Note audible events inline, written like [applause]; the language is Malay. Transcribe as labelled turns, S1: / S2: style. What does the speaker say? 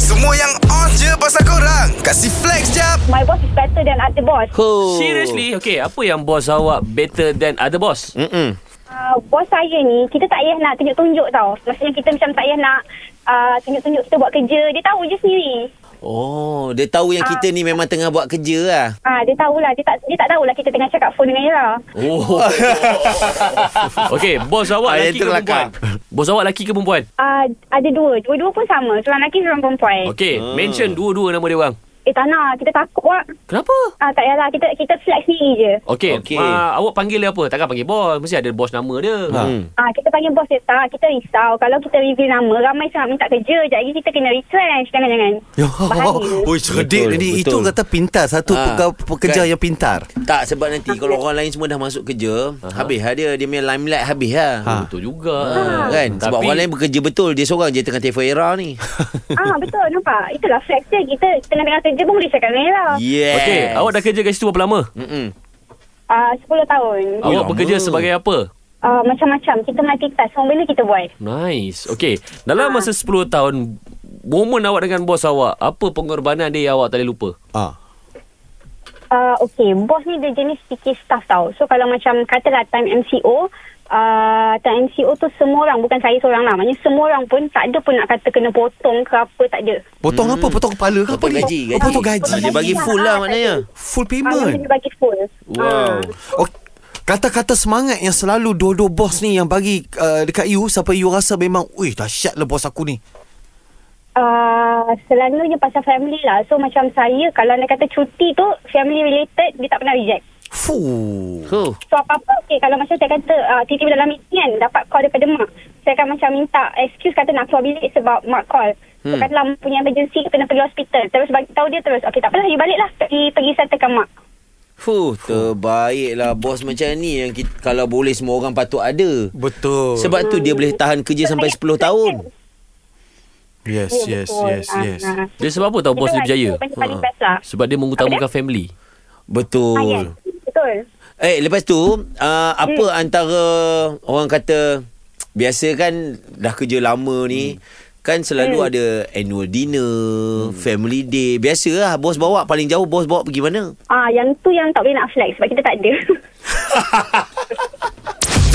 S1: Semua yang on je pasal korang Kasih flex jap
S2: My boss is better than other boss.
S3: Huh.
S4: Seriously Okay apa yang bos awak Better than other boss
S3: Mm-mm.
S2: Uh, bos saya ni, kita tak payah nak tunjuk-tunjuk tau. Maksudnya kita macam tak payah nak uh, tunjuk-tunjuk kita buat kerja. Dia tahu je sendiri.
S3: Oh, dia tahu yang kita ni memang tengah buat kerja lah.
S2: Ah, dia tahulah. Dia tak, dia tak tahulah kita tengah cakap phone dengan Ira.
S4: Oh [laughs] Okay Bos awak
S3: Ah,
S4: lelaki
S3: itu
S4: ke perempuan Bos awak lelaki ke perempuan
S2: Ah, ada dua. Dua-dua pun sama. Seorang lelaki, seorang perempuan.
S4: Okay
S3: Ah.
S4: Mention dua-dua nama dia orang
S2: Eh, tak nak. Kita takut lah.
S4: Kenapa
S2: Ah, tak payahlah. Kita, kita flex sendiri je.
S4: Okay,
S3: Okey.
S4: okay. Uh, Awak panggil dia apa Takkan panggil bos Mesti ada bos nama dia ha.
S3: Hmm.
S2: Ah, kita panggil bos dia tak. Kita risau. Kalau kita reveal nama, ramai sangat minta kerja. Sekejap lagi kita kena retrench. Jangan-jangan. Bahaya.
S5: [laughs] Oi cerdik
S3: Betul,
S5: tadi Itu
S3: betul.
S5: kata pintar Satu
S3: Ah,
S5: ha, pekerja
S3: kan.
S5: yang pintar
S3: Tak sebab nanti kalau orang lain semua dah masuk kerja, uh-huh. habis lah dia dia punya limelight habis lah.
S5: Ha.
S4: Betul juga
S3: Ha, kan sebab orang lain bekerja betul dia seorang je tengah telefon era ni.
S2: ah, betul. Nampak? Itulah flex dia. Kita tengah-tengah kerja pun boleh cakap dengan Ira.
S3: yes.
S4: Okay Awak dah kerja kat situ berapa lama
S3: Mm-mm.
S2: Ah, 10 tahun.
S4: Awak
S5: lama.
S4: bekerja sebagai apa
S2: Uh, macam-macam Kita multitask Semua benda kita buat
S4: Nice Okay Dalam masa 10 tahun Momen awak dengan bos awak Apa pengorbanan dia yang awak tak boleh lupa
S5: Ah.
S2: uh, Okay Bos ni dia jenis fikir staff tau So kalau macam Katalah time MCO uh, Time MCO tu semua orang Bukan saya seorang lah Maksudnya semua orang pun Tak ada pun nak kata Kena potong ke apa Tak ada Ah,
S5: Potong apa? Potong kepala ke
S3: Hmm.
S5: apa
S3: Potong
S5: ni?
S3: gaji,
S5: Oh, potong gaji.
S3: Ah, Dia bagi full lah maknanya.
S5: Full
S2: Ah, Maksudnya
S5: payment.
S2: dia bagi Ah, full
S4: Wow
S5: Oh, kata-kata semangat yang selalu dua-dua bos ni yang bagi uh, dekat you sampai you rasa memang, "Ui, dahsyat lah bos aku ni."
S2: uh, Selalunya pasal family lah So macam saya Kalau nak kata cuti tu Family related Dia tak pernah reject
S5: Fuh.
S4: Huh.
S2: So apa-apa okay, Kalau macam saya kata uh, Tiba-tiba dalam meeting kan Dapat call daripada mak Saya akan macam minta Excuse kata nak keluar bilik Sebab mak call So hmm. katalah mak punya emergency Kena pergi hospital Terus bagi tahu dia terus Okay tak apalah you balik lah Pergi, pergi settlekan mak
S3: Fuh, terbaiklah bos macam ni yang kita, kalau boleh semua orang patut ada.
S5: Betul.
S3: Sebab tu dia boleh tahan kerja sampai 10 tahun.
S5: yes,
S2: Ya, betul. Ah, ah.
S4: Dia sebab apa tahu bos
S2: Itu
S4: dia
S2: lah,
S4: berjaya Ha.
S2: itu benda paling best lah.
S4: Sebab dia mengutamakan family
S2: Ah, yes.
S3: Betul.
S2: Betul
S3: Eh, lepas tu, uh, apa hmm. antara orang kata biasa kan dah kerja lama ni, kan selalu ada annual dinner, family day. Biasalah bos bawa paling jauh bos bawa pergi mana?
S2: Ah, yang tu yang tak boleh nak flex sebab kita tak ada. [laughs]